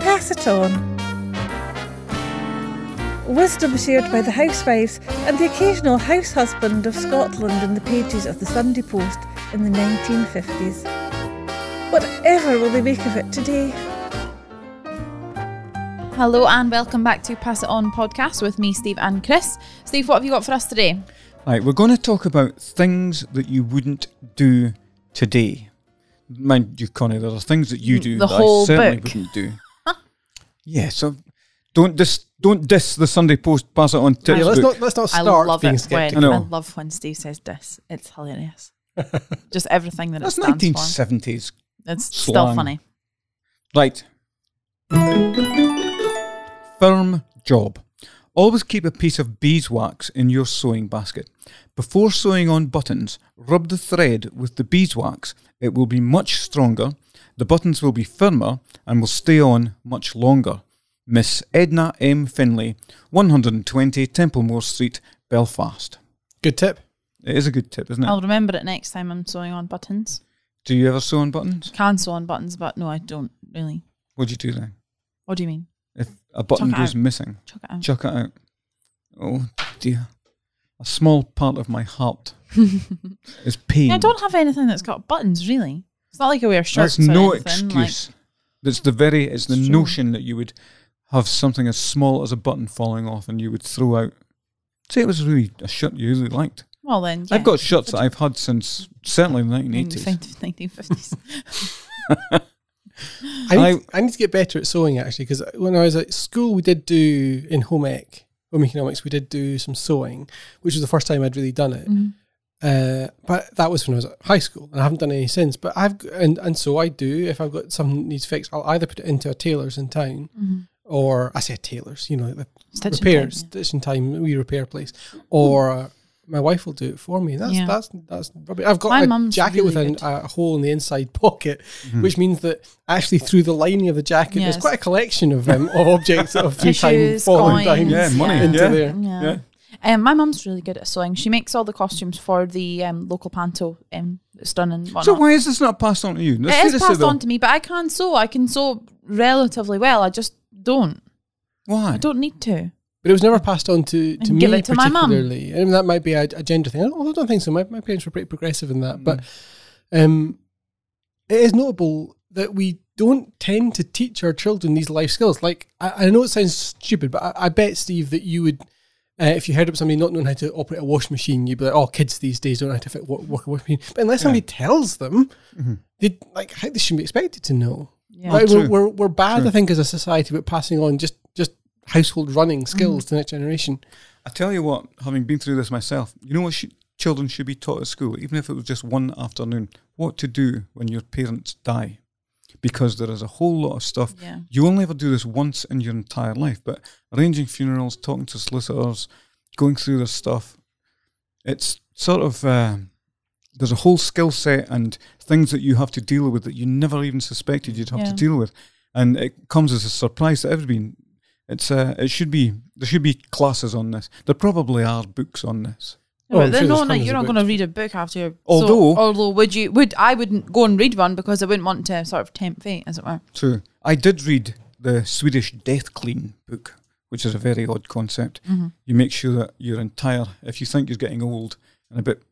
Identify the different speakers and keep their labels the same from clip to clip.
Speaker 1: Saxophone. Wisdom shared by the housewives and the occasional house husband of Scotland in the pages of the Sunday Post in the 1950s. Whatever will they make of it today?
Speaker 2: Hello and welcome back to Pass It On podcast with me, Steve and Chris. Steve, what have you got for us today?
Speaker 3: Right, we're going to talk about things that you wouldn't do today. Mind you, Connie, there are things that you do
Speaker 2: Mm, The
Speaker 3: that
Speaker 2: whole
Speaker 3: I certainly
Speaker 2: book.
Speaker 3: wouldn't do. yeah, so don't dis don't diss the Sunday Post. Pass it on. Tips
Speaker 2: Yeah,
Speaker 4: Yeah, let's
Speaker 3: book.
Speaker 4: not let's not
Speaker 2: I
Speaker 4: start
Speaker 2: love it
Speaker 4: being
Speaker 2: when
Speaker 4: skeptical.
Speaker 3: I know.
Speaker 2: I love when Steve says this. It's hilarious. Just everything that
Speaker 3: That's
Speaker 2: it stands
Speaker 3: nineteen seventies.
Speaker 2: for. It's still
Speaker 3: slang.
Speaker 2: funny.
Speaker 3: Right. Firm job. Always keep a piece of beeswax in your sewing basket. Before sewing on buttons, rub the thread with the beeswax. It will be much stronger, the buttons will be firmer, and will stay on much longer. Miss Edna M. Finlay, 120 Templemore Street, Belfast.
Speaker 4: Good tip.
Speaker 3: It is a good tip, isn't it?
Speaker 2: I'll remember it next time I'm sewing on buttons.
Speaker 3: do you ever sew on buttons?
Speaker 2: Can sew on buttons, but no, I don't really.
Speaker 3: What do you do then?
Speaker 2: What do you mean?
Speaker 3: If a button
Speaker 2: Chuck it
Speaker 3: goes
Speaker 2: out.
Speaker 3: missing?
Speaker 2: Chuck it out.
Speaker 3: chuck it out. Oh dear. A small part of my heart is pain.
Speaker 2: Yeah, I don't have anything that's got buttons, really. It's not like I wear shirts.
Speaker 3: That's
Speaker 2: or
Speaker 3: no
Speaker 2: anything, like-
Speaker 3: excuse. That's the very it's the
Speaker 2: It's true.
Speaker 3: notion that you would have something as small as a button falling off and you would throw out say it was really a shirt you really liked.
Speaker 2: well, then. yeah.
Speaker 3: I've got shirts that I've had since certainly the nineteen
Speaker 2: In the
Speaker 3: eighties.
Speaker 2: 1950s.
Speaker 4: I need, I, need to get better at sewing actually because when I was at school, we did do in home ec, home economics, we did do some sewing, which was the first time I'd really done it.
Speaker 2: Mm-hmm.
Speaker 4: Uh, but that was when I was at high school, and I haven't done any since. But I've g- and and so I do. If I've got something that needs fixed, I'll either put it into a tailor's in town,
Speaker 2: Mm-hmm.
Speaker 4: or I say a tailor's, you know, like the
Speaker 2: Stitching
Speaker 4: repair
Speaker 2: time, yeah.
Speaker 4: stitching time, we repair place, or. Uh, my wife will do it for me. That's
Speaker 2: Yeah.
Speaker 4: that's that's rubbish. I've got
Speaker 2: My
Speaker 4: a
Speaker 2: mum's
Speaker 4: jacket with
Speaker 2: really
Speaker 4: an,
Speaker 2: good.
Speaker 4: a hole in the inside pocket, which means that actually through the lining of the jacket,
Speaker 2: Yes.
Speaker 4: there's quite a collection of um, of objects that have through time
Speaker 2: Tissues,
Speaker 4: fallen down
Speaker 2: coins,
Speaker 3: Yeah, money,
Speaker 4: into
Speaker 3: yeah.
Speaker 4: there.
Speaker 2: Yeah.
Speaker 3: Yeah.
Speaker 2: Um, my mum's really good at sewing. She makes all the costumes for the um, local panto um, that's done and whatnot.
Speaker 3: So why is this not passed on to you?
Speaker 2: it is passed on to me, but I can sew. I can sew relatively well. I just don't.
Speaker 3: Why?
Speaker 2: I don't need to.
Speaker 4: But it was never passed on to, to
Speaker 2: And
Speaker 4: me
Speaker 2: give it to my mum.
Speaker 4: particularly. and that might be a, a gender thing. I don't, although I don't think so. My, my parents were pretty progressive in that. But um, it is notable that we don't tend to teach our children these life skills. Like, I, I know it sounds stupid, but I, I bet, Steve, that you would, uh, if you heard of somebody not knowing how to operate a washing machine, you'd be like, oh, kids these days don't know how to fit, work, work a washing machine. But unless somebody tells them, they like how they shouldn't be expected to know.
Speaker 2: Yeah.
Speaker 4: Like,
Speaker 3: Well,
Speaker 4: we're,
Speaker 3: true.
Speaker 4: we're, we're bad,
Speaker 3: True.
Speaker 4: I think, as a society, but passing on just, just household running skills
Speaker 2: Mm.
Speaker 4: to the next generation.
Speaker 3: I tell you what, having been through this myself, you know what should, children should be taught at school, even if it was just one afternoon, what to do when your parents die. Because there is a whole lot of stuff.
Speaker 2: Yeah.
Speaker 3: You only ever do this once in your entire life, but arranging funerals, talking to solicitors, going through this stuff, it's sort of, uh, there's a whole skill set and things that you have to deal with that you never even suspected you'd have
Speaker 2: Yeah.
Speaker 3: to deal with. And it comes as a surprise to everybody, it's uh, it should be there should be classes on this. There probably are books on this.
Speaker 4: Oh,
Speaker 2: but
Speaker 4: I'm
Speaker 2: then no,
Speaker 4: sure there's
Speaker 2: no,
Speaker 4: hundreds
Speaker 2: you're
Speaker 4: of
Speaker 2: not going to
Speaker 4: books.
Speaker 2: read a book after. Your, so-
Speaker 3: Although-
Speaker 2: although would you? Would I wouldn't go and read one because I wouldn't want to sort of tempt fate, as it were.
Speaker 3: True. I did read the Swedish Death Clean book, which is a very odd concept.
Speaker 2: Mm-hmm.
Speaker 3: You make sure that your entire if you think you're getting old and a bit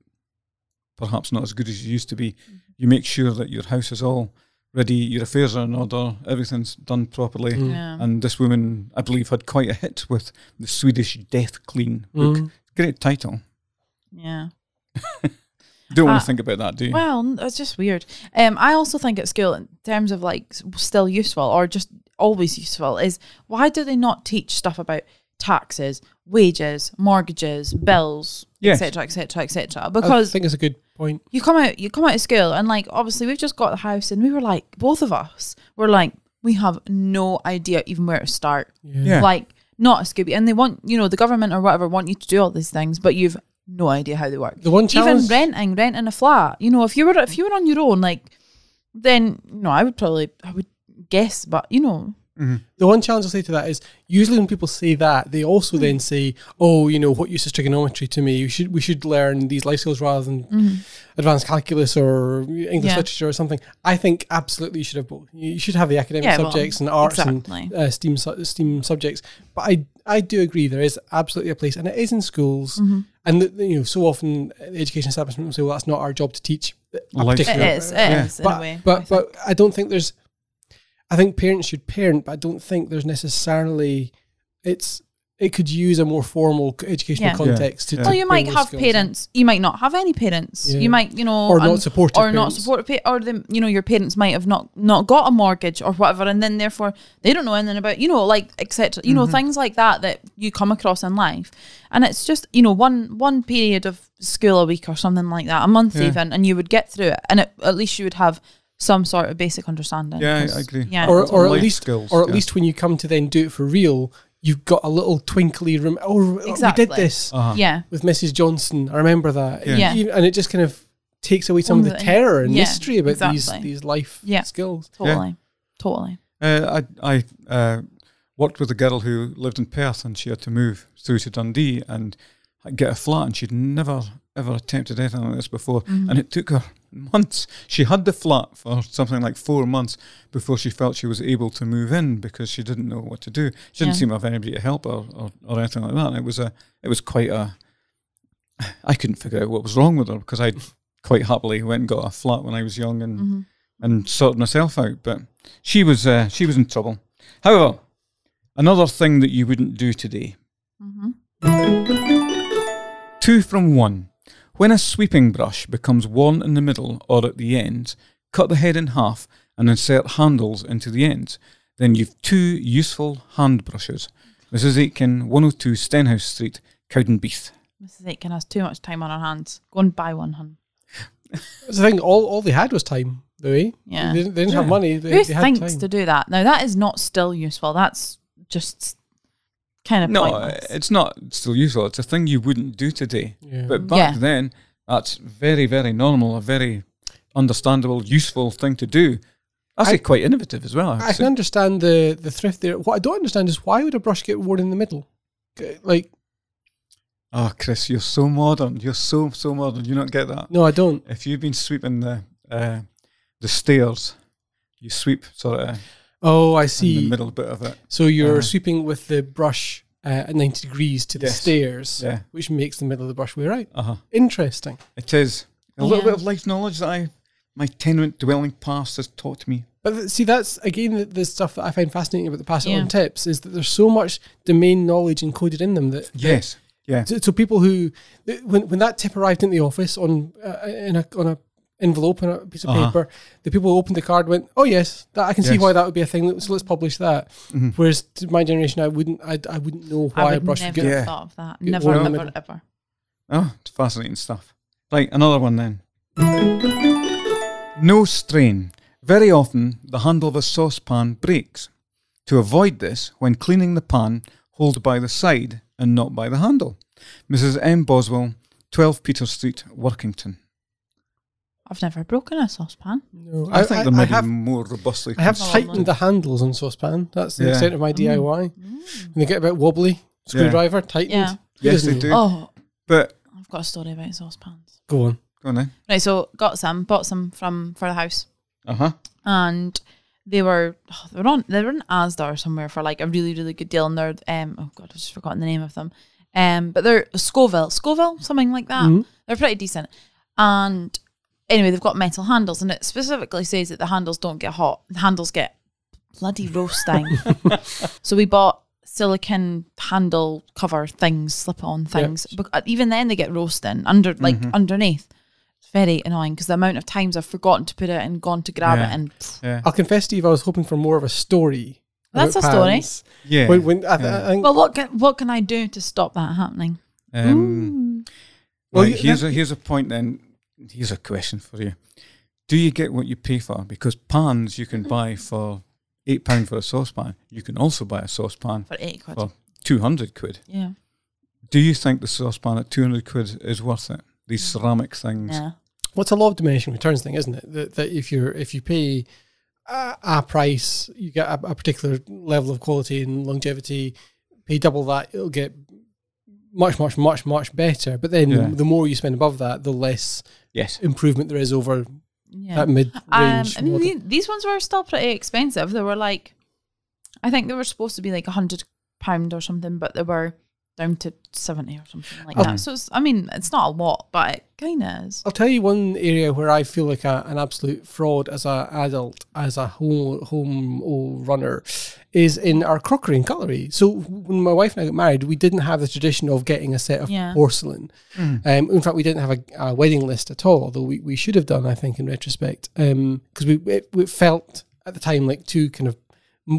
Speaker 3: perhaps not as good as you used to be,
Speaker 2: Mm-hmm.
Speaker 3: you make sure that your house is all ready, your affairs are in order, everything's done properly.
Speaker 2: Yeah.
Speaker 3: And this woman, I believe, had quite a hit with the Swedish Death Clean book.
Speaker 4: Mm.
Speaker 3: Great title.
Speaker 2: Yeah.
Speaker 3: Don't want
Speaker 2: Uh,
Speaker 3: to think about that, do you?
Speaker 2: Well, n- it's just weird. Um, I also think at school, in terms of like s- still useful or just always useful, is why do they not teach stuff about taxes, wages, mortgages, bills,
Speaker 3: Yes.
Speaker 2: etc., etc., etc.?
Speaker 4: I
Speaker 2: Because
Speaker 4: think it's a good point.
Speaker 2: you come out, you come out of school, and like obviously we've just got the house, and we were like, both of us were like, we have no idea even where to start.
Speaker 3: Yeah.
Speaker 2: Like not a Scooby, and they want you know the government or whatever want you to do all these things, but you've no idea how they work
Speaker 4: The one
Speaker 2: even
Speaker 4: challenge,
Speaker 2: renting, renting a flat. You know, if you were if you were on your own, like then no, I would probably I would guess, but you know,
Speaker 4: The one challenge I'll say to that is usually when people say that, they also
Speaker 2: Mm.
Speaker 4: then say, "Oh, you know, what use is trigonometry to me? You should we should learn these life skills rather than advanced calculus or English
Speaker 2: Mm-hmm. Yeah.
Speaker 4: literature or something." I think absolutely you should have both. You you should have the academic
Speaker 2: Yeah, well,
Speaker 4: subjects and arts
Speaker 2: exactly.
Speaker 4: and uh, STEAM su- STEAM subjects. But I I do agree there is absolutely a place, and it is in schools.
Speaker 2: Mm-hmm.
Speaker 4: And the, the- you know, so often the education establishment will say, "Well, that's not our job to teach." a
Speaker 3: Life
Speaker 2: It
Speaker 4: particular-
Speaker 2: is. It is
Speaker 3: Yeah.
Speaker 2: in
Speaker 4: but,
Speaker 2: a way.
Speaker 4: But but I don't think there's. I think parents should parent, but I don't think there's necessarily. It's it could use a more formal c- educational
Speaker 2: Yeah. Yeah.
Speaker 4: context. To,
Speaker 3: Well,
Speaker 4: to
Speaker 2: well, you
Speaker 4: bring
Speaker 2: might
Speaker 4: those
Speaker 2: have
Speaker 4: skills in.
Speaker 2: parents. You might not have any parents.
Speaker 4: Yeah.
Speaker 2: You might, you know,
Speaker 4: Or not
Speaker 2: and-
Speaker 4: supportive
Speaker 2: or not
Speaker 4: parents.
Speaker 2: supportive, pa- or the you know your parents might have not not got a mortgage or whatever, and then therefore they don't know anything about you know like etc. You
Speaker 4: Mm-hmm.
Speaker 2: know things like that that you come across in life, and it's just you know one one period of school a week or something like that, a month
Speaker 3: Yeah.
Speaker 2: even, and you would get through it, and it, at least you would have some sort of basic understanding.
Speaker 3: Yeah, I
Speaker 2: 'cause-
Speaker 3: agree.
Speaker 2: Yeah,
Speaker 4: or or at
Speaker 3: Life
Speaker 4: least
Speaker 3: skills,
Speaker 4: or at
Speaker 3: yeah.
Speaker 4: least when you come to then do it for real, you've got a little twinkly room. Oh,
Speaker 2: Exactly.
Speaker 4: we did this
Speaker 3: Uh-huh.
Speaker 2: yeah,
Speaker 4: with Mrs. Johnson. I remember that.
Speaker 3: Yeah.
Speaker 2: Yeah.
Speaker 4: You- and it just kind of takes away some of the
Speaker 2: Something.
Speaker 4: terror and
Speaker 2: Yeah,
Speaker 4: mystery about these
Speaker 2: exactly.
Speaker 4: these life
Speaker 2: Yeah.
Speaker 4: skills.
Speaker 2: totally, totally.
Speaker 3: Uh, I I uh, worked with a girl who lived in Perth and she had to move through to Dundee and get a flat, and she'd never ever attempted anything like this before, and it took her months. She had the flat for something like four months before she felt she was able to move in because she didn't know what to do. She didn't
Speaker 2: Yeah.
Speaker 3: seem to have anybody to help her or, or anything like that. And it was a it was quite a I couldn't figure out what was wrong with her because I quite happily went and got a flat when I was young and and sorted myself out. But she was uh, she was in trouble. However, another thing that you wouldn't do today. Two from one. When a sweeping brush becomes worn in the middle or at the ends, cut the head in half and insert handles into the ends. Then you've two useful hand brushes. Mrs. Aitken, 102 Stenhouse Street, Cowdenbeath.
Speaker 2: Mrs. Aitken has too much time on her hands. Go and buy one, hun.
Speaker 4: That's the thing. All all they had was time, though. Eh?
Speaker 2: Yeah.
Speaker 4: They, didn't- they didn't have
Speaker 3: Yeah.
Speaker 4: money. They,
Speaker 2: Who
Speaker 4: they had
Speaker 2: thinks
Speaker 4: time.
Speaker 2: to do that? Now that is not still useful. That's just kind of
Speaker 3: No, uh,
Speaker 2: pointless.
Speaker 3: it's not still useful. It's a thing you wouldn't do today.
Speaker 4: Yeah.
Speaker 3: But back
Speaker 2: Yeah.
Speaker 3: then, that's very, very normal, a very understandable, useful thing to do. Actually, quite innovative as well. I,
Speaker 4: I
Speaker 3: would
Speaker 4: can
Speaker 3: say.
Speaker 4: understand the the thrift there. What I don't understand is why would a brush get worn in the middle? G- Like,
Speaker 3: Oh, Chris, you're so modern. You're so so modern. You don't get that.
Speaker 4: no, I don't.
Speaker 3: If you've been sweeping the uh, the stairs, you sweep sort of
Speaker 4: Oh, I
Speaker 3: in the
Speaker 4: see.
Speaker 3: middle bit of it.
Speaker 4: So you're
Speaker 3: Uh-huh.
Speaker 4: sweeping with the brush uh, at ninety degrees to the
Speaker 3: Yes.
Speaker 4: stairs,
Speaker 3: Yeah.
Speaker 4: which makes the middle of the brush way right.
Speaker 3: Uh huh.
Speaker 4: Interesting.
Speaker 3: It is a little
Speaker 2: Yeah.
Speaker 3: bit of life knowledge that I my tenement dwelling past has taught me.
Speaker 4: But th- see, that's again the, the stuff that I find fascinating about the pass it
Speaker 2: Yeah.
Speaker 4: on tips is that there's so much domain knowledge encoded in them that
Speaker 3: Yes. Yeah.
Speaker 4: So, so people who, th- when, when that tip arrived in the office on uh, in a on a envelope and a piece of
Speaker 3: Uh-huh.
Speaker 4: paper, the people who opened the card went, "Oh yes, that, I can see
Speaker 3: Yes. Mm-hmm.
Speaker 4: why that would be a thing. Let's, let's publish that." Whereas to my generation, I wouldn't, I, I wouldn't know
Speaker 2: I
Speaker 4: why a
Speaker 2: would
Speaker 4: brush would
Speaker 2: never
Speaker 4: get.
Speaker 3: Yeah.
Speaker 2: have thought of that.
Speaker 4: get
Speaker 2: Never,
Speaker 4: one in the
Speaker 2: ever,
Speaker 4: middle.
Speaker 2: ever.
Speaker 3: Oh, it's fascinating stuff. Right, another one then. No strain. Very often, the handle of a saucepan breaks. To avoid this, when cleaning the pan, hold by the side and not by the handle. Mrs. M. Boswell, 12 Peter Street, Workington.
Speaker 2: I've never broken a saucepan.
Speaker 4: No,
Speaker 3: I, think there
Speaker 4: I
Speaker 3: might
Speaker 4: have,
Speaker 3: be more robustly.
Speaker 4: I have
Speaker 2: Oh,
Speaker 4: tightened
Speaker 2: no.
Speaker 4: the handles on saucepan. That's the
Speaker 3: Yeah.
Speaker 4: extent of my DIY. And they get a bit wobbly. Screwdriver tightened.
Speaker 2: Mm. Yeah.
Speaker 4: Who
Speaker 3: Yes, they
Speaker 4: doesn't-
Speaker 3: do.
Speaker 2: Oh,
Speaker 3: But
Speaker 2: I've got a story about saucepans.
Speaker 4: Go on.
Speaker 3: go on then.
Speaker 2: Right, so got some, bought some from for the house,
Speaker 3: Uh huh.
Speaker 2: and they were oh, they were on they were in Asda or somewhere for like a really really good deal, and they're um oh god I've just forgotten the name of them, um but they're Scoville Scoville something like that. They're pretty decent, and anyway, they've got metal handles, and it specifically says that the handles don't get hot. The handles get bloody roasting. so we bought silicon handle cover things, slip-on things. But uh, even then, they get roasting under like underneath. It's very annoying because the amount of times I've forgotten to put it and gone to grab
Speaker 3: Yeah.
Speaker 2: it, and pff,
Speaker 3: Yeah.
Speaker 4: I'll confess, Steve, I was hoping for more of a story.
Speaker 2: That's
Speaker 4: about
Speaker 2: a story.
Speaker 4: pans.
Speaker 3: Yeah.
Speaker 4: When, when, I, th-
Speaker 3: Yeah.
Speaker 4: I think,
Speaker 2: well, what can what can I do to stop that happening?
Speaker 3: Um,
Speaker 4: Well,
Speaker 3: right,
Speaker 4: you-
Speaker 3: here's
Speaker 4: that-
Speaker 3: a here's a point then. Here's a question for you. Do you get what you pay for? Because pans you can buy for eight pound for a saucepan. You can also buy a saucepan
Speaker 2: For eight quid,
Speaker 3: for two hundred quid.
Speaker 2: yeah,
Speaker 3: Do you think the saucepan at two hundred quid is worth it? These ceramic things.
Speaker 2: yeah,
Speaker 4: what's a law of diminishing returns thing, isn't it? That, that if you're if you pay a, a price, you get a, a particular level of quality and longevity. Pay double that, it'll get much, much, much, much better. But then
Speaker 3: Yeah.
Speaker 4: the, the more you spend above that, the less
Speaker 3: Yes.
Speaker 4: improvement there is over
Speaker 2: Yeah.
Speaker 4: that mid
Speaker 2: Um,
Speaker 4: range.
Speaker 2: I mean, the- these ones were still pretty expensive. They were like, I think they were supposed to be like a hundred pound or something, but they were down to seventy or something
Speaker 4: Um,
Speaker 2: like
Speaker 3: Oh.
Speaker 2: that. So it's, I mean, it's not a lot, but it kind of is.
Speaker 4: I'll tell you one area where I feel like a, an absolute fraud as an adult, as a home home oh, runner, is in our crockery and cutlery. So when my wife and I got married, we didn't have the tradition of getting a set of
Speaker 2: Yeah.
Speaker 4: porcelain. Um, in fact, we didn't have a, a wedding list at all, although we, we should have done, I think, in retrospect, because we it, it felt at the time like too kind of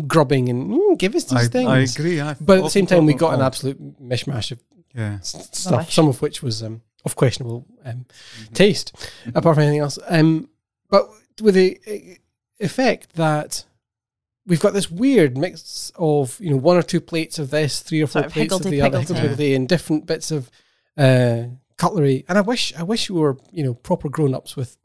Speaker 4: grubbing and "Mm, give us these
Speaker 3: I,
Speaker 4: things.
Speaker 3: I agree. I
Speaker 4: But at the
Speaker 3: often
Speaker 4: same time,
Speaker 3: thought
Speaker 4: we
Speaker 3: that-
Speaker 4: got an
Speaker 3: oh,
Speaker 4: absolute mishmash of
Speaker 3: Yeah.
Speaker 4: s- stuff,
Speaker 2: Rubbish.
Speaker 4: some of which was um, of questionable um, taste, apart from anything else. Um, but with the uh, effect that we've got this weird mix of you know one or two plates of this, three or four
Speaker 2: Sort of
Speaker 4: plates of the
Speaker 2: higgledy
Speaker 4: other,
Speaker 2: piggledy.
Speaker 4: higgledy and different bits of uh, cutlery. And I wish, I wish we were you know proper grown ups with.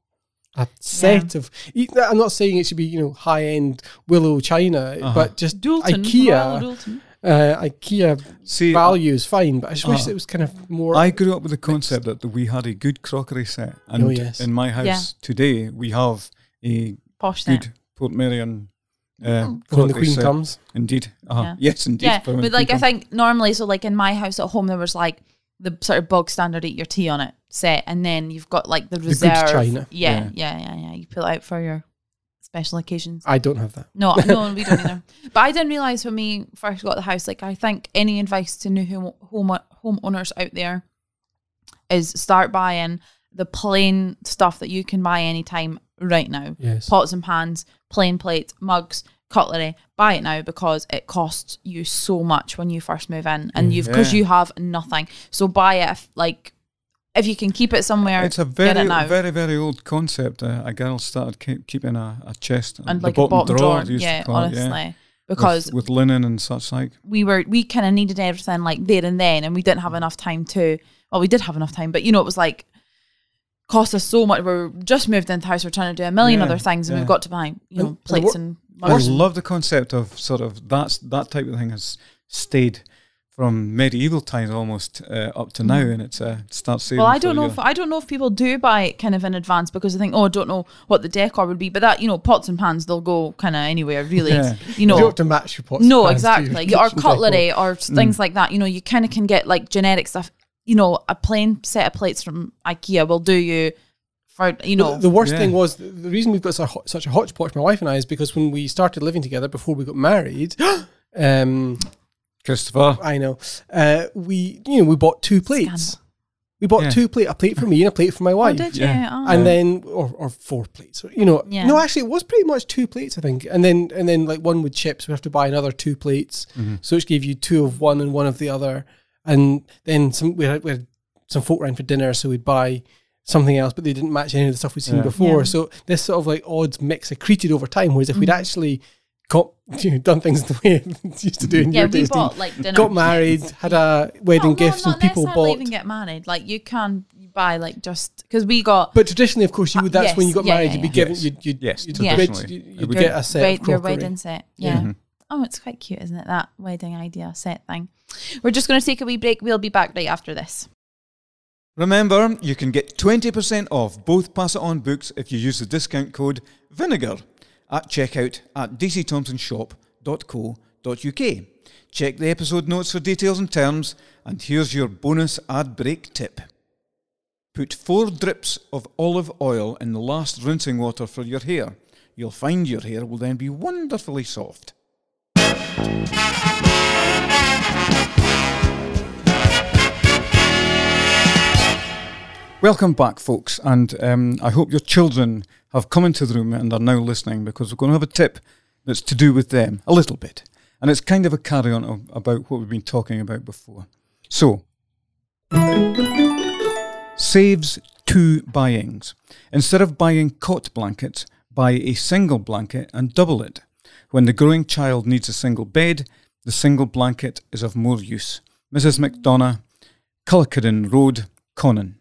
Speaker 4: A set of. e, I'm not saying it should be, you know, high end willow china,
Speaker 3: Uh-huh.
Speaker 4: but just
Speaker 2: Doulton,
Speaker 4: IKEA, uh, IKEA
Speaker 3: See,
Speaker 4: value is fine, but I just wish
Speaker 3: Uh-huh.
Speaker 4: it was kind of more.
Speaker 3: I grew up with the concept that we had a good crockery set, and
Speaker 4: Oh, yes.
Speaker 3: in my house
Speaker 2: Yeah.
Speaker 3: today we have a
Speaker 2: Posh then.
Speaker 3: good Port Marion. Uh,
Speaker 4: when the
Speaker 3: crockery
Speaker 4: Queen
Speaker 3: set.
Speaker 4: comes.
Speaker 3: Indeed. Uh-huh.
Speaker 2: Yeah.
Speaker 3: Yes, indeed.
Speaker 2: Yeah,
Speaker 3: for when
Speaker 2: but
Speaker 3: the
Speaker 2: like I
Speaker 3: Queen
Speaker 2: think normally, so like in my house at home, there was like the sort of bog standard eat your tea on it set, and then you've got like the
Speaker 4: goods
Speaker 2: reserve.
Speaker 4: china.
Speaker 2: Yeah, yeah, yeah, yeah. You pull out for your special occasions.
Speaker 4: I don't have that.
Speaker 2: No, no, we don't either. But I didn't realize when we first got the house. Like, I think any advice to new home home homeowners out there is start buying the plain stuff that you can buy anytime right now.
Speaker 4: Yes.
Speaker 2: Pots and pans, plain plates, mugs, cutlery. Buy it now because it costs you so much when you first move in, and you've because
Speaker 3: Yeah.
Speaker 2: you have nothing. So buy it if, like if you can keep it somewhere.
Speaker 3: It's a
Speaker 2: get
Speaker 3: very,
Speaker 2: it now.
Speaker 3: very, very old concept. Uh, a girl started keep, keeping a, a chest
Speaker 2: and
Speaker 3: the
Speaker 2: like a bottom drawer.
Speaker 3: they used to
Speaker 2: Yeah,
Speaker 3: call it,
Speaker 2: honestly.
Speaker 3: yeah, with-
Speaker 2: Because
Speaker 3: with, linen and such like.
Speaker 2: we were we kind of needed everything like there and then and we didn't have enough time to well we did have enough time but you know it was like cost us so much we are just moved into the house we're trying to do a million
Speaker 3: Yeah,
Speaker 2: other things and
Speaker 3: yeah.
Speaker 2: we've got to buy you know
Speaker 4: And- and
Speaker 2: plates
Speaker 4: what-
Speaker 2: and
Speaker 3: I
Speaker 2: mugs.
Speaker 3: love the concept of sort of that's that type of thing has stayed from medieval times almost uh, up to now, and it's uh, starts saving.
Speaker 2: Mm. well I
Speaker 3: for
Speaker 2: don't know
Speaker 3: your-
Speaker 2: if I don't know if people do buy it kind of in advance because they think oh I don't know what the decor would be but that you know pots and pans they'll go kind of anywhere really
Speaker 3: Yeah.
Speaker 2: you
Speaker 4: You don't
Speaker 2: know
Speaker 4: have to match your pots.
Speaker 2: no
Speaker 4: and pans to your
Speaker 2: exactly or
Speaker 4: kitchen decor.
Speaker 2: cutlery or
Speaker 4: mm.
Speaker 2: s- things like that you know you kind of can get like generic stuff you know a plain set of plates from IKEA will do you for you know
Speaker 4: Well, The worst
Speaker 3: Yeah.
Speaker 4: thing was th- the reason we've got such a, ho- such a hodgepodge, my wife and I, is because when we started living together before we got married, um,
Speaker 3: Christopher.
Speaker 4: I know uh, we you know we bought two plates.
Speaker 2: Scandal.
Speaker 4: We bought
Speaker 3: Yeah.
Speaker 4: two plate, a plate for me and a plate for my
Speaker 2: Oh,
Speaker 4: wife.
Speaker 2: did
Speaker 3: Yeah.
Speaker 2: you? Oh.
Speaker 4: and then or, or four plates or, you know
Speaker 2: Yeah.
Speaker 4: no actually it was pretty much two plates i think and then and then like one with chips we have to buy another two plates
Speaker 3: Mm-hmm.
Speaker 4: so which gave you two of one and one of the other and then some we had, we had some folk round for dinner so we'd buy something else but they didn't match any of the stuff we'd seen
Speaker 3: Yeah.
Speaker 4: before
Speaker 2: Yeah. Mm-hmm.
Speaker 4: so this sort of like odd mix accreted over time whereas if we'd actually got you know, done things the way it used to do in
Speaker 2: yeah,
Speaker 4: your
Speaker 2: we
Speaker 4: days Dean,
Speaker 2: bought like dinner.
Speaker 4: got married had a wedding
Speaker 2: no,
Speaker 4: gifts
Speaker 2: no,
Speaker 4: and people
Speaker 2: not necessarily
Speaker 4: bought
Speaker 2: even get married. Like you can buy like just because we got
Speaker 4: But traditionally, of course, you would.
Speaker 2: Uh,
Speaker 4: That's when you
Speaker 2: yes,
Speaker 4: got
Speaker 2: yeah,
Speaker 4: married.
Speaker 2: yeah,
Speaker 4: you'd be
Speaker 2: yeah.
Speaker 4: given.
Speaker 3: Yes.
Speaker 4: You'd, you'd,
Speaker 3: Yes,
Speaker 4: You'd,
Speaker 2: Yeah.
Speaker 3: traditionally.
Speaker 4: you'd,
Speaker 3: It would
Speaker 4: get a set
Speaker 2: wed-
Speaker 4: of
Speaker 2: your
Speaker 4: crockery.
Speaker 2: wedding set. Yeah.
Speaker 3: Mhm.
Speaker 2: Oh, it's quite cute, isn't it? That wedding idea set thing. We're just going to take a wee break. We'll be back right after this.
Speaker 3: Remember, you can get 20% off both Pass It On books if you use the discount code VINEGAR at checkout at dcthompsonshop.co.uk. Check the episode notes for details and terms, and here's your bonus ad break tip. Put four drips of olive oil in the last rinsing water for your hair. You'll find your hair will then be wonderfully soft. Welcome back, folks, and um, I hope your children have come into the room and are now listening because we're going to have a tip that's to do with them a little bit. And it's kind of a carry on of, about what we've been talking about before. So, saves two buyings. Instead of buying cot blankets, buy a single blanket and double it. When the growing child needs a single bed, the single blanket is of more use. Mrs. McDonough, Culloden Road, Conan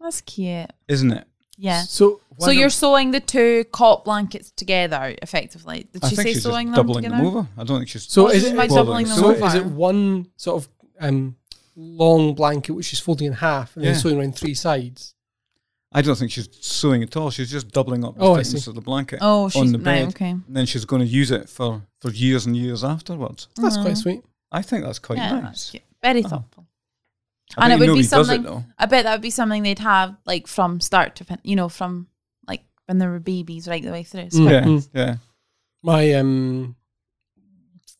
Speaker 2: That's cute.
Speaker 3: isn't it?
Speaker 2: Yeah.
Speaker 4: So
Speaker 2: so you're sewing the two cot blankets together, effectively. Did
Speaker 3: I
Speaker 2: she
Speaker 3: think
Speaker 2: say
Speaker 3: she's
Speaker 2: sewing
Speaker 3: just
Speaker 2: them
Speaker 3: doubling
Speaker 2: together?
Speaker 3: them over. I don't think she's.
Speaker 4: So
Speaker 2: Well,
Speaker 4: is
Speaker 2: she
Speaker 4: it
Speaker 2: might
Speaker 3: Well,
Speaker 2: doubling them
Speaker 4: so
Speaker 2: over.
Speaker 4: is it one sort of um, long blanket which she's folding in half and
Speaker 3: Yeah.
Speaker 4: then sewing around three sides?
Speaker 3: I don't think she's sewing at all. She's just doubling up the
Speaker 4: Oh, I
Speaker 3: thickness
Speaker 4: see.
Speaker 3: of the blanket
Speaker 2: Oh, she's
Speaker 3: on the
Speaker 2: right,
Speaker 3: bed,
Speaker 2: okay.
Speaker 3: and then she's going to use it for for years and years afterwards.
Speaker 4: That's
Speaker 2: Uh-huh.
Speaker 4: quite sweet.
Speaker 3: I think that's quite
Speaker 2: Yeah, that's
Speaker 3: nice.
Speaker 2: cute. Very
Speaker 3: Oh.
Speaker 2: thoughtful.
Speaker 3: I
Speaker 2: and
Speaker 3: bet
Speaker 2: it
Speaker 3: you
Speaker 2: would be
Speaker 3: nobody does it,
Speaker 2: something.
Speaker 3: though.
Speaker 2: I bet that would be something they'd have like from start to fin- you know, from like when there were babies right the way through. So
Speaker 4: Mm.
Speaker 3: Yeah,
Speaker 4: Mm.
Speaker 3: yeah.
Speaker 4: My um,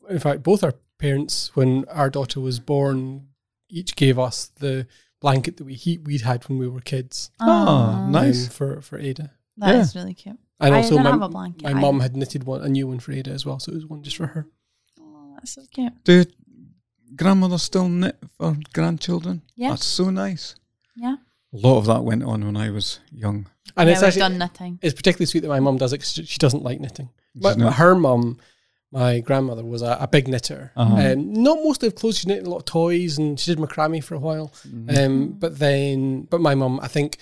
Speaker 4: in fact, both our parents, when our daughter was born, each gave us the blanket that we he- we'd had when we were kids.
Speaker 3: Oh,
Speaker 2: Aw,
Speaker 4: um,
Speaker 3: nice.
Speaker 4: for for Ada,
Speaker 2: That
Speaker 3: Yeah.
Speaker 2: is really cute.
Speaker 4: and
Speaker 2: I
Speaker 4: also
Speaker 2: don't
Speaker 4: my
Speaker 2: have a blanket.
Speaker 4: my
Speaker 2: I-
Speaker 4: mum had knitted one a new one for Ada as well, so it was one just for her.
Speaker 2: Oh, that's so cute.
Speaker 3: Do grandmothers still knit for grandchildren?
Speaker 2: Yeah.
Speaker 3: that's so nice.
Speaker 2: Yeah.
Speaker 3: A lot of that went on when I was young.
Speaker 4: And
Speaker 2: yeah,
Speaker 4: it's
Speaker 2: we've
Speaker 4: actually
Speaker 2: done nothing.
Speaker 4: it's particularly sweet that my mum does it 'cause she she doesn't like knitting. But
Speaker 3: She's not-
Speaker 4: her mum, my grandmother, was a, a big knitter.
Speaker 3: Uh-huh.
Speaker 4: Um, not mostly of clothes. She knitted a lot of toys, and she did macrame for a while.
Speaker 3: Mm-hmm.
Speaker 4: Um, but then, but my mum, I think,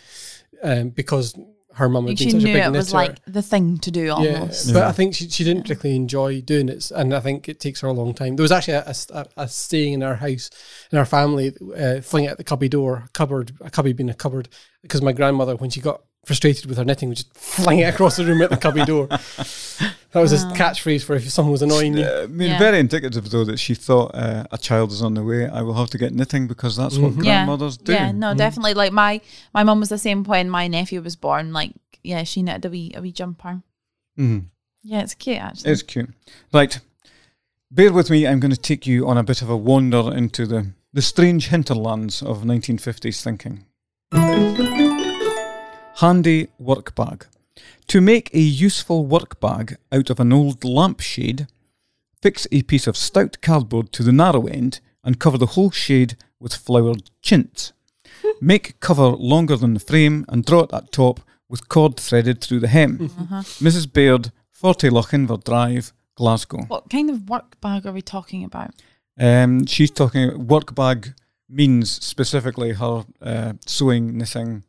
Speaker 4: um, because her mum had
Speaker 2: She
Speaker 4: been such a
Speaker 2: knew
Speaker 4: big
Speaker 2: it
Speaker 4: knitter,
Speaker 2: was like the thing to do
Speaker 4: yeah,
Speaker 2: almost.
Speaker 4: but
Speaker 3: Yeah.
Speaker 4: I think she, she didn't particularly enjoy doing it, and I think it takes her a long time. There was actually a, a, a staying in our house, in our family, uh, fling it at the cubby door, cupboard, a cubby being a cupboard, because my grandmother, when she got frustrated with her knitting, would just fling it across the room at the cubby door. That was his
Speaker 2: Oh.
Speaker 4: catchphrase for if someone was annoying you.
Speaker 3: Uh, I mean,
Speaker 2: Yeah.
Speaker 3: very indicative though that she thought uh, a child is on the way. I will have to get knitting because that's
Speaker 2: Mm-hmm.
Speaker 3: what grandmothers
Speaker 2: yeah.
Speaker 3: do. Mm.
Speaker 2: Yeah, no, definitely. Like my my mum was the same when my nephew was born. Like, yeah, she knitted a wee a wee jumper.
Speaker 3: Mhm.
Speaker 2: Yeah, it's cute actually.
Speaker 3: It's cute. Right. Bear with me. I'm going to take you on a bit of a wander into the, the strange hinterlands of 1950s thinking. Handy work bag. To make a useful work bag out of an old lampshade, fix a piece of stout cardboard to the narrow end and cover the whole shade with flowered chintz. Make cover longer than the frame and draw it at top with cord threaded through the hem.
Speaker 2: Uh-huh.
Speaker 3: Mrs. Baird, 40 Lochinver Drive, Glasgow.
Speaker 2: what kind of work bag are we talking about?
Speaker 3: Um, she's talking work bag means specifically her uh, sewing, knitting,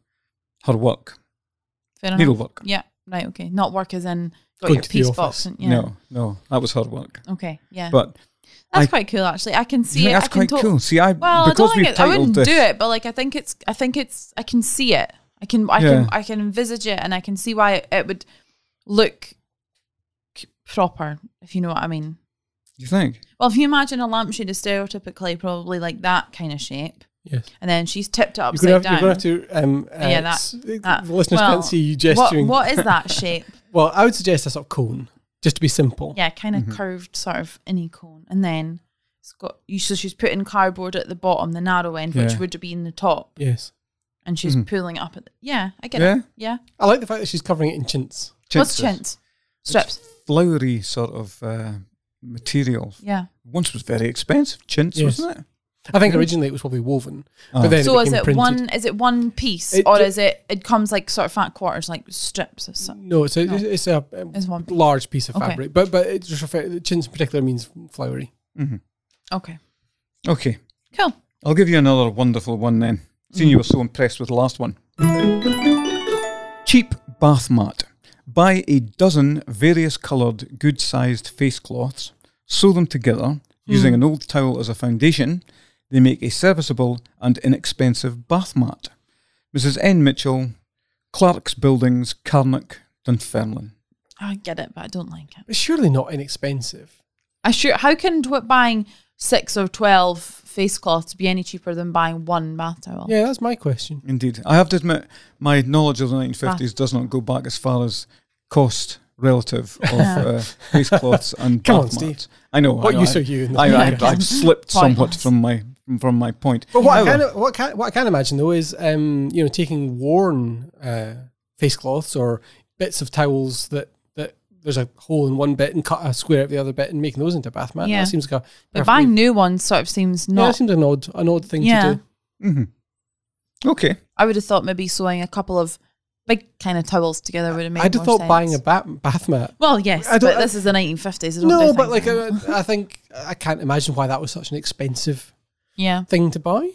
Speaker 3: her work,
Speaker 2: Fair enough.
Speaker 3: needlework.
Speaker 2: Yeah, right, okay. Not work as in got
Speaker 4: Going
Speaker 2: your
Speaker 4: to the
Speaker 2: piece
Speaker 4: office.
Speaker 2: box and yeah.
Speaker 3: No, no, that was her work.
Speaker 2: Okay, yeah.
Speaker 3: But
Speaker 2: that's
Speaker 3: I-
Speaker 2: quite cool actually. I can
Speaker 3: do you
Speaker 2: see
Speaker 3: think
Speaker 2: it.
Speaker 3: that's
Speaker 2: I can
Speaker 3: quite
Speaker 2: tot-
Speaker 3: cool. See, I
Speaker 2: Well, I
Speaker 3: because
Speaker 2: don't
Speaker 3: we've
Speaker 2: think it, I
Speaker 3: titled
Speaker 2: wouldn't
Speaker 3: this,
Speaker 2: do it, but like I think it's I think it's I can see it. I can I
Speaker 3: Yeah.
Speaker 2: can I can envisage it and I can see why it would look c- proper, if you know what I mean.
Speaker 3: you think?
Speaker 2: Well, if you imagine a lampshade is stereotypically probably like that kind of shape,
Speaker 4: Yes.
Speaker 2: and then she's tipped it
Speaker 4: You're gonna,
Speaker 2: upside
Speaker 4: have, you're gonna
Speaker 2: down. Oh,
Speaker 4: have to. Um, uh,
Speaker 2: Yeah, that-
Speaker 4: s- the-
Speaker 2: that-
Speaker 4: the listeners
Speaker 2: well,
Speaker 4: can't see you
Speaker 2: What,
Speaker 4: gesturing.
Speaker 2: what is that shape?
Speaker 4: Well, I would suggest a sort of cone, just to be simple.
Speaker 2: Yeah, kind of
Speaker 3: Mm-hmm.
Speaker 2: curved, sort of any cone, and then it's got. You, so she's putting cardboard at the bottom, the narrow end, which
Speaker 3: Yeah.
Speaker 2: would be in the top,
Speaker 4: Yes.
Speaker 2: and she's pulling it up at. The, yeah, I get
Speaker 3: Mm-hmm. Yeah?
Speaker 2: it. Yeah,
Speaker 4: I like the fact that she's covering it in chintz.
Speaker 2: what's
Speaker 3: Chintzes.
Speaker 2: chintz? Strips.
Speaker 3: Flowery sort of uh, material.
Speaker 2: Yeah.
Speaker 3: Once was very expensive, chintz,
Speaker 4: Yes.
Speaker 3: wasn't it?
Speaker 4: I think originally it was probably woven,
Speaker 3: Ah.
Speaker 4: but then
Speaker 2: So
Speaker 4: it
Speaker 2: is
Speaker 4: became
Speaker 2: it
Speaker 4: printed.
Speaker 2: one? Is it one piece,
Speaker 4: It
Speaker 2: or
Speaker 4: ju-
Speaker 2: is it? It comes like sort of fat quarters, like strips or something.
Speaker 4: No, it's a
Speaker 2: No.
Speaker 4: it's a um,
Speaker 2: Is one? piece.
Speaker 4: large piece of
Speaker 2: Okay.
Speaker 4: fabric, but but it just refer, the chintz in particular means flowery.
Speaker 2: Okay.
Speaker 3: Okay,
Speaker 2: Cool.
Speaker 3: I'll give you another wonderful one then. Seeing you were so impressed with the last one. Cheap bath mat. Buy a dozen various coloured, good sized face cloths, sew them together using an old towel as a foundation. They make a serviceable and inexpensive bath mat. Mrs. N. Mitchell, Clark's Buildings, Carnock, Dunfermline.
Speaker 2: I get it, but I don't like it.
Speaker 4: It's surely not inexpensive.
Speaker 2: I sure. How can tw- buying six or twelve face cloths be any cheaper than buying one bath towel?
Speaker 4: Yeah, that's my question.
Speaker 3: Indeed. I have to admit, my knowledge of the
Speaker 2: Ah.
Speaker 3: 1950s does not go back as far as cost relative of uh, face cloths and
Speaker 4: Come
Speaker 3: bath
Speaker 4: on, Steve.
Speaker 3: mats. I know.
Speaker 4: What
Speaker 3: I know,
Speaker 4: use
Speaker 3: I,
Speaker 4: are you in the
Speaker 3: I, I,
Speaker 2: podcast?
Speaker 3: I've slipped somewhat
Speaker 2: Pointless.
Speaker 3: from my from my point.
Speaker 4: But what I
Speaker 3: However,
Speaker 4: can what can what I can imagine though is um you know taking worn uh, face cloths or bits of towels that that there's a hole in one bit and cut a square out the other bit and making those into bath mat.
Speaker 2: Yeah.
Speaker 4: That seems like a
Speaker 2: But
Speaker 4: perfectly-
Speaker 2: buying new ones sort of seems
Speaker 4: yeah, that
Speaker 2: not.
Speaker 4: seems an odd an odd thing
Speaker 2: Yeah.
Speaker 4: to do.
Speaker 3: Okay.
Speaker 2: I would have thought maybe sewing a couple of big kind of towels together would have made.
Speaker 4: I'd have
Speaker 2: more
Speaker 4: thought
Speaker 2: sense.
Speaker 4: buying a bat, bath mat
Speaker 2: Well, yes,
Speaker 4: I don't-
Speaker 2: but
Speaker 4: I-
Speaker 2: this is the 1950s. I don't
Speaker 4: No,
Speaker 2: do
Speaker 4: but like uh,
Speaker 2: things
Speaker 4: I, I think I can't imagine why that was such an expensive
Speaker 2: yeah,
Speaker 4: thing to buy.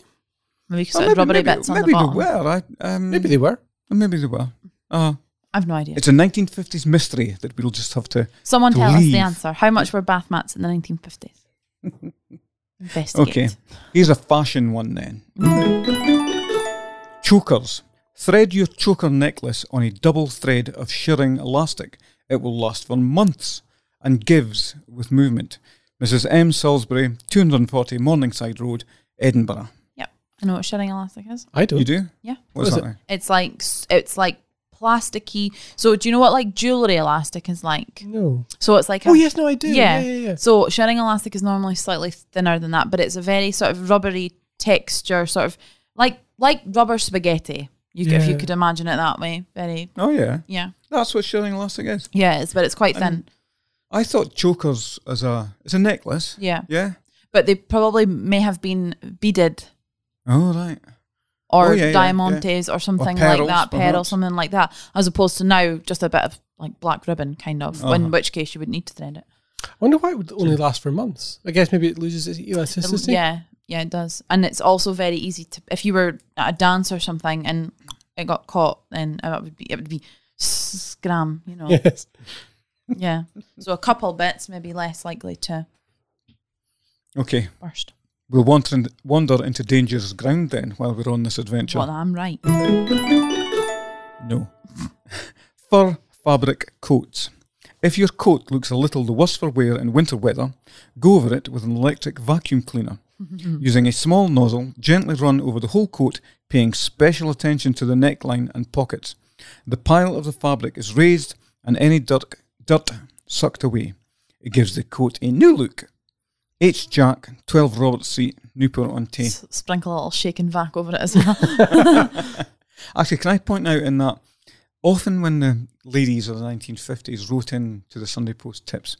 Speaker 2: maybe because
Speaker 3: Well,
Speaker 2: rubbery
Speaker 3: Uh, maybe,
Speaker 2: bits on the
Speaker 3: maybe
Speaker 2: bottom.
Speaker 3: they were. I, um,
Speaker 4: Maybe
Speaker 3: maybe.
Speaker 4: they were.
Speaker 3: maybe they were. Uh,
Speaker 2: I've no idea.
Speaker 3: It's a 1950s mystery that we'll just have to.
Speaker 2: Someone tell us
Speaker 3: leave.
Speaker 2: the answer. How much were bath mats in the 1950s? Investigate.
Speaker 3: Okay. Here's a fashion one then. Chokers. Thread your choker necklace on a double thread of shearing elastic. It will last for months and gives with movement. Mrs. M. Salisbury, 240 Morningside Road, Edinburgh.
Speaker 2: Yep. I know what shedding elastic is.
Speaker 4: I don't.
Speaker 3: You do?
Speaker 2: Yeah.
Speaker 3: What's
Speaker 4: What is
Speaker 3: that?
Speaker 4: it?
Speaker 3: like?
Speaker 2: It's like s- it's like plasticky. So do you know what like jewelry elastic is like?
Speaker 4: No.
Speaker 2: So it's like
Speaker 4: Oh
Speaker 2: a-
Speaker 4: yes, no, I do.
Speaker 2: Yeah.
Speaker 4: Yeah, yeah, yeah.
Speaker 2: So shedding elastic is normally slightly thinner than that, but it's a very sort of rubbery texture, sort of like like rubber spaghetti. You c if you
Speaker 4: Yeah.
Speaker 2: could imagine it that way, very
Speaker 3: Oh, yeah.
Speaker 2: yeah,
Speaker 3: That's what shearing elastic is.
Speaker 2: yeah. It's but it's quite thin.
Speaker 3: I thought chokers as a. It's a necklace.
Speaker 2: Yeah,
Speaker 3: Yeah.
Speaker 2: but they probably may have been beaded
Speaker 3: Oh, right.
Speaker 2: or
Speaker 3: Oh, yeah, yeah,
Speaker 2: diamantes or something
Speaker 3: pearls,
Speaker 2: like that, pearl,
Speaker 3: perhaps.
Speaker 2: something like that, as opposed to now just a bit of like black ribbon, kind of.
Speaker 3: Uh-huh.
Speaker 2: In which case you would need to thread it.
Speaker 4: I wonder why it would only last for months. I guess maybe it loses its elasticity.
Speaker 2: Yeah, yeah, it does, and it's also very easy to if you were at a dance or something and it got caught, then it would be it would be scram, you know.
Speaker 4: Yes.
Speaker 2: yeah. So a couple bits maybe less likely to
Speaker 3: Okay.
Speaker 2: burst.
Speaker 3: We'll wander, wander into dangerous ground then while we're on this adventure.
Speaker 2: Well, I'm right.
Speaker 3: No. Fur fabric coats. If your coat looks a little the worse for wear in winter weather, go over it with an electric vacuum cleaner. Using a small nozzle, gently run over the whole coat, paying special attention to the neckline and pockets. The pile of the fabric is raised and any dirt, dirt sucked away. It gives the coat a new look. H. Jack, 12 Robert Street, Newport on Tay.
Speaker 2: S- sprinkle a little shake and vac over it as well.
Speaker 3: Actually, can I point out in that often when the ladies of the 1950s wrote in to the Sunday Post tips,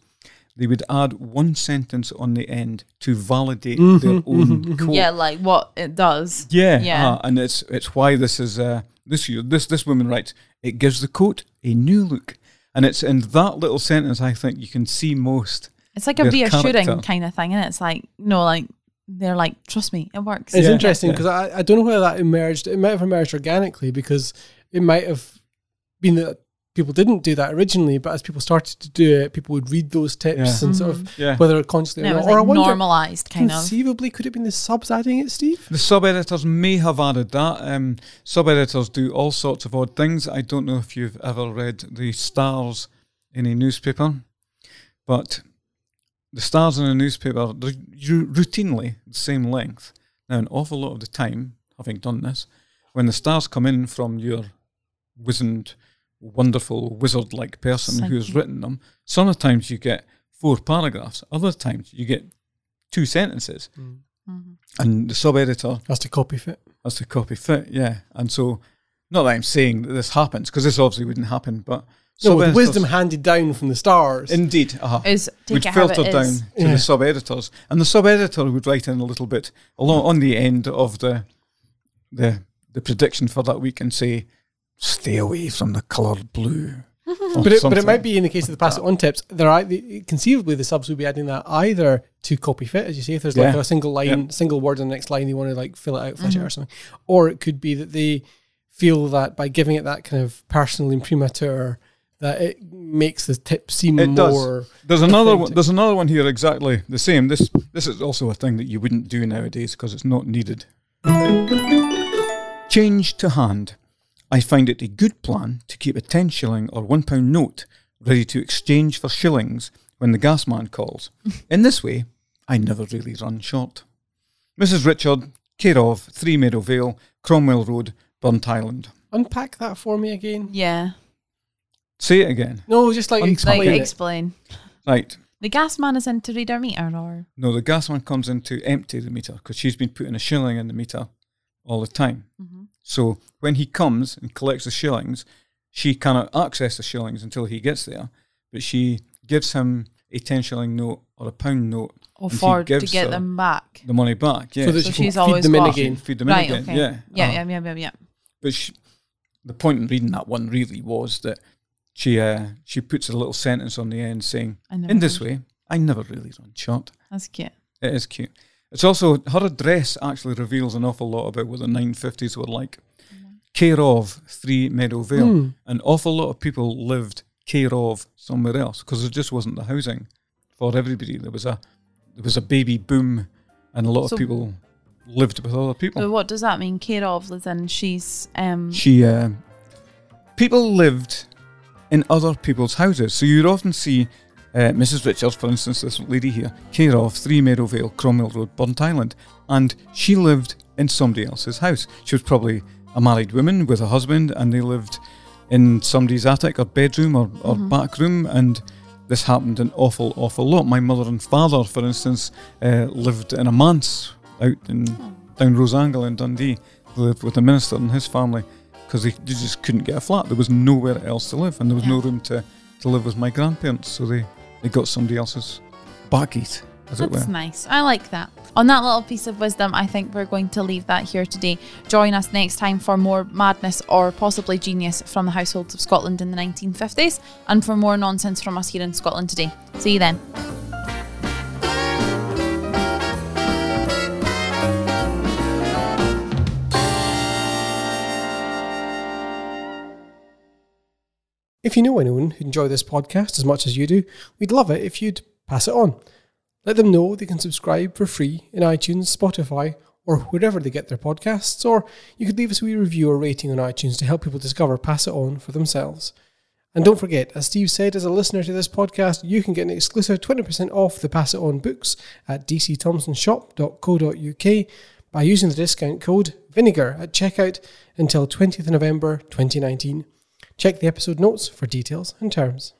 Speaker 3: they would add one sentence on the end to validate their own quote.
Speaker 2: yeah, like what it does.
Speaker 3: Yeah,
Speaker 2: Yeah.
Speaker 3: ah, and it's it's why this is uh, this year this this woman writes it gives the coat a new look, and it's in that little sentence I think you can see most.
Speaker 2: It's like a
Speaker 3: Their
Speaker 2: reassuring
Speaker 3: character.
Speaker 2: kind of thing, and it's like no, like they're like, trust me, it works.
Speaker 4: It's
Speaker 3: Yeah.
Speaker 4: interesting because I, I don't know whether that emerged. It might have emerged organically because it might have been that people didn't do that originally, but as people started to do it, people would read those tips
Speaker 3: Yeah.
Speaker 4: and sort of
Speaker 3: Yeah,
Speaker 4: whether consciously
Speaker 2: And Mm-hmm. it was
Speaker 4: or not. Or I
Speaker 2: like
Speaker 4: wonder,
Speaker 2: normalized kind of.
Speaker 4: conceivably, could it have been the subs adding it, Steve?
Speaker 3: the sub editors may have added that. Um, sub editors do all sorts of odd things. I don't know if you've ever read the stars in a newspaper, but the stars in a newspaper they're u- routinely the same length. Now, an awful lot of the time, having done this, when the stars come in from your wizened, wonderful wizard-like person
Speaker 2: Thank
Speaker 3: who's
Speaker 2: you.
Speaker 3: written them, sometimes you get four paragraphs. Other times you get two sentences,
Speaker 4: Mm.
Speaker 3: and the sub editor
Speaker 4: That's to copy fit.
Speaker 3: has to copy fit, yeah. And so, not that I'm saying that this happens, because this obviously wouldn't happen, but
Speaker 4: So with
Speaker 3: sub-editors-
Speaker 4: wisdom handed down from the stars.
Speaker 3: indeed, uh
Speaker 2: Is
Speaker 3: would
Speaker 2: take it how
Speaker 3: filter
Speaker 2: it
Speaker 3: down
Speaker 2: is.
Speaker 3: to
Speaker 4: Yeah.
Speaker 3: the sub editors, and the sub editor would write in a little bit along on the end of the the the prediction for that week and say, "Stay away from the colour blue." or
Speaker 4: but it, but it
Speaker 3: something.
Speaker 4: might be in the case of the pass it on tips. There are the, conceivably the subs would be adding that either to copy fit, as you say, if there's like
Speaker 3: Yeah.
Speaker 4: a single line, single word on the next line, they want to like fill it out, flesh it out
Speaker 2: Mm-hmm.
Speaker 4: or something, or it could be that they feel that by giving it that kind of personal imprimatur, that it makes the tip seem
Speaker 3: It does.
Speaker 4: more.
Speaker 3: There's another one.
Speaker 4: Authentic.
Speaker 3: There's another one here exactly the same. This this is also a thing that you wouldn't do nowadays because it's not needed. Change to hand. I find it a good plan to keep a ten shilling or one pound note ready to exchange for shillings when the gas man calls. In this way, I never really run short. Mrs. Richard, care of Three Meadow Vale, Cromwell Road, Burnt Island.
Speaker 4: Unpack that for me again.
Speaker 2: Yeah,
Speaker 3: Say it again.
Speaker 4: No, just like
Speaker 3: Unpack
Speaker 4: explain
Speaker 2: like
Speaker 3: Okay.
Speaker 4: it.
Speaker 2: explain.
Speaker 3: Right.
Speaker 2: The gas man is in to read our meter, or
Speaker 3: No, the gas man comes in to empty the meter because she's been putting a shilling in the meter all the time.
Speaker 2: Mm-hmm.
Speaker 3: So when he comes and collects the shillings, she cannot access the shillings until he gets there. But she gives him a ten shilling note or a pound note
Speaker 2: or
Speaker 3: and he
Speaker 2: for to
Speaker 3: gives
Speaker 2: get
Speaker 3: her
Speaker 2: them back.
Speaker 3: the money back. Yeah,
Speaker 4: So that
Speaker 2: So
Speaker 4: she
Speaker 2: she's
Speaker 4: can feed
Speaker 2: always
Speaker 4: them in
Speaker 2: got-
Speaker 3: she can
Speaker 4: again.
Speaker 3: feed them in
Speaker 2: Right.
Speaker 3: again.
Speaker 2: Okay.
Speaker 3: Yeah,
Speaker 2: Yeah,
Speaker 3: uh-huh.
Speaker 2: yeah, yeah, yeah, yeah.
Speaker 3: But she, the point in reading that one really was that she uh, she puts a little sentence on the end saying,
Speaker 2: I never
Speaker 3: "In this
Speaker 2: run-
Speaker 3: way, I never really run short."
Speaker 2: That's cute.
Speaker 3: It is cute. It's also her dress actually reveals an awful lot about what the nine fifties were like. care of Three Meadow Vale.
Speaker 4: Hmm.
Speaker 3: An awful lot of people lived care of somewhere else because there just wasn't the housing for everybody. There was a there was a baby boom, and a lot
Speaker 2: So-
Speaker 3: of people lived with other people.
Speaker 2: So what does that mean? Care of, as in she's um
Speaker 3: she uh, people lived in other people's houses. So you'd often see uh, Mrs. Richards, for instance, this lady here, care of Three Meadow Vale, Cromwell Road, Burnt Island, and she lived in somebody else's house. She was probably a married woman with a husband, and they lived in somebody's attic or bedroom or, or back room, and this happened an awful, awful lot. My mother and father, for instance, uh, lived in a manse out in down Rosangle in Dundee. They lived with the minister and his family because they, they just couldn't get a flat. There was nowhere else to live, and there was no room to, to live with my grandparents. So they, they got somebody else's bucket, as it
Speaker 2: That's
Speaker 3: were.
Speaker 2: nice. I like that. On that little piece of wisdom, I think we're going to leave that here today. Join us next time for more madness or possibly genius from the households of Scotland in the 1950s and for more nonsense from us here in Scotland today. See you then.
Speaker 4: If you know anyone who'd enjoy this podcast as much as you do, we'd love it if you'd pass it on. Let them know they can subscribe for free in iTunes, Spotify, or wherever they get their podcasts, or you could leave us a wee review or rating on iTunes to help people discover Pass It On for themselves. And don't forget, as Steve said, as a listener to this podcast, you can get an exclusive 20% off the Pass It On books at dcthompsonshop.co.uk by using the discount code VINEGAR at checkout until 20th of November 2019. Check the episode notes for details and terms.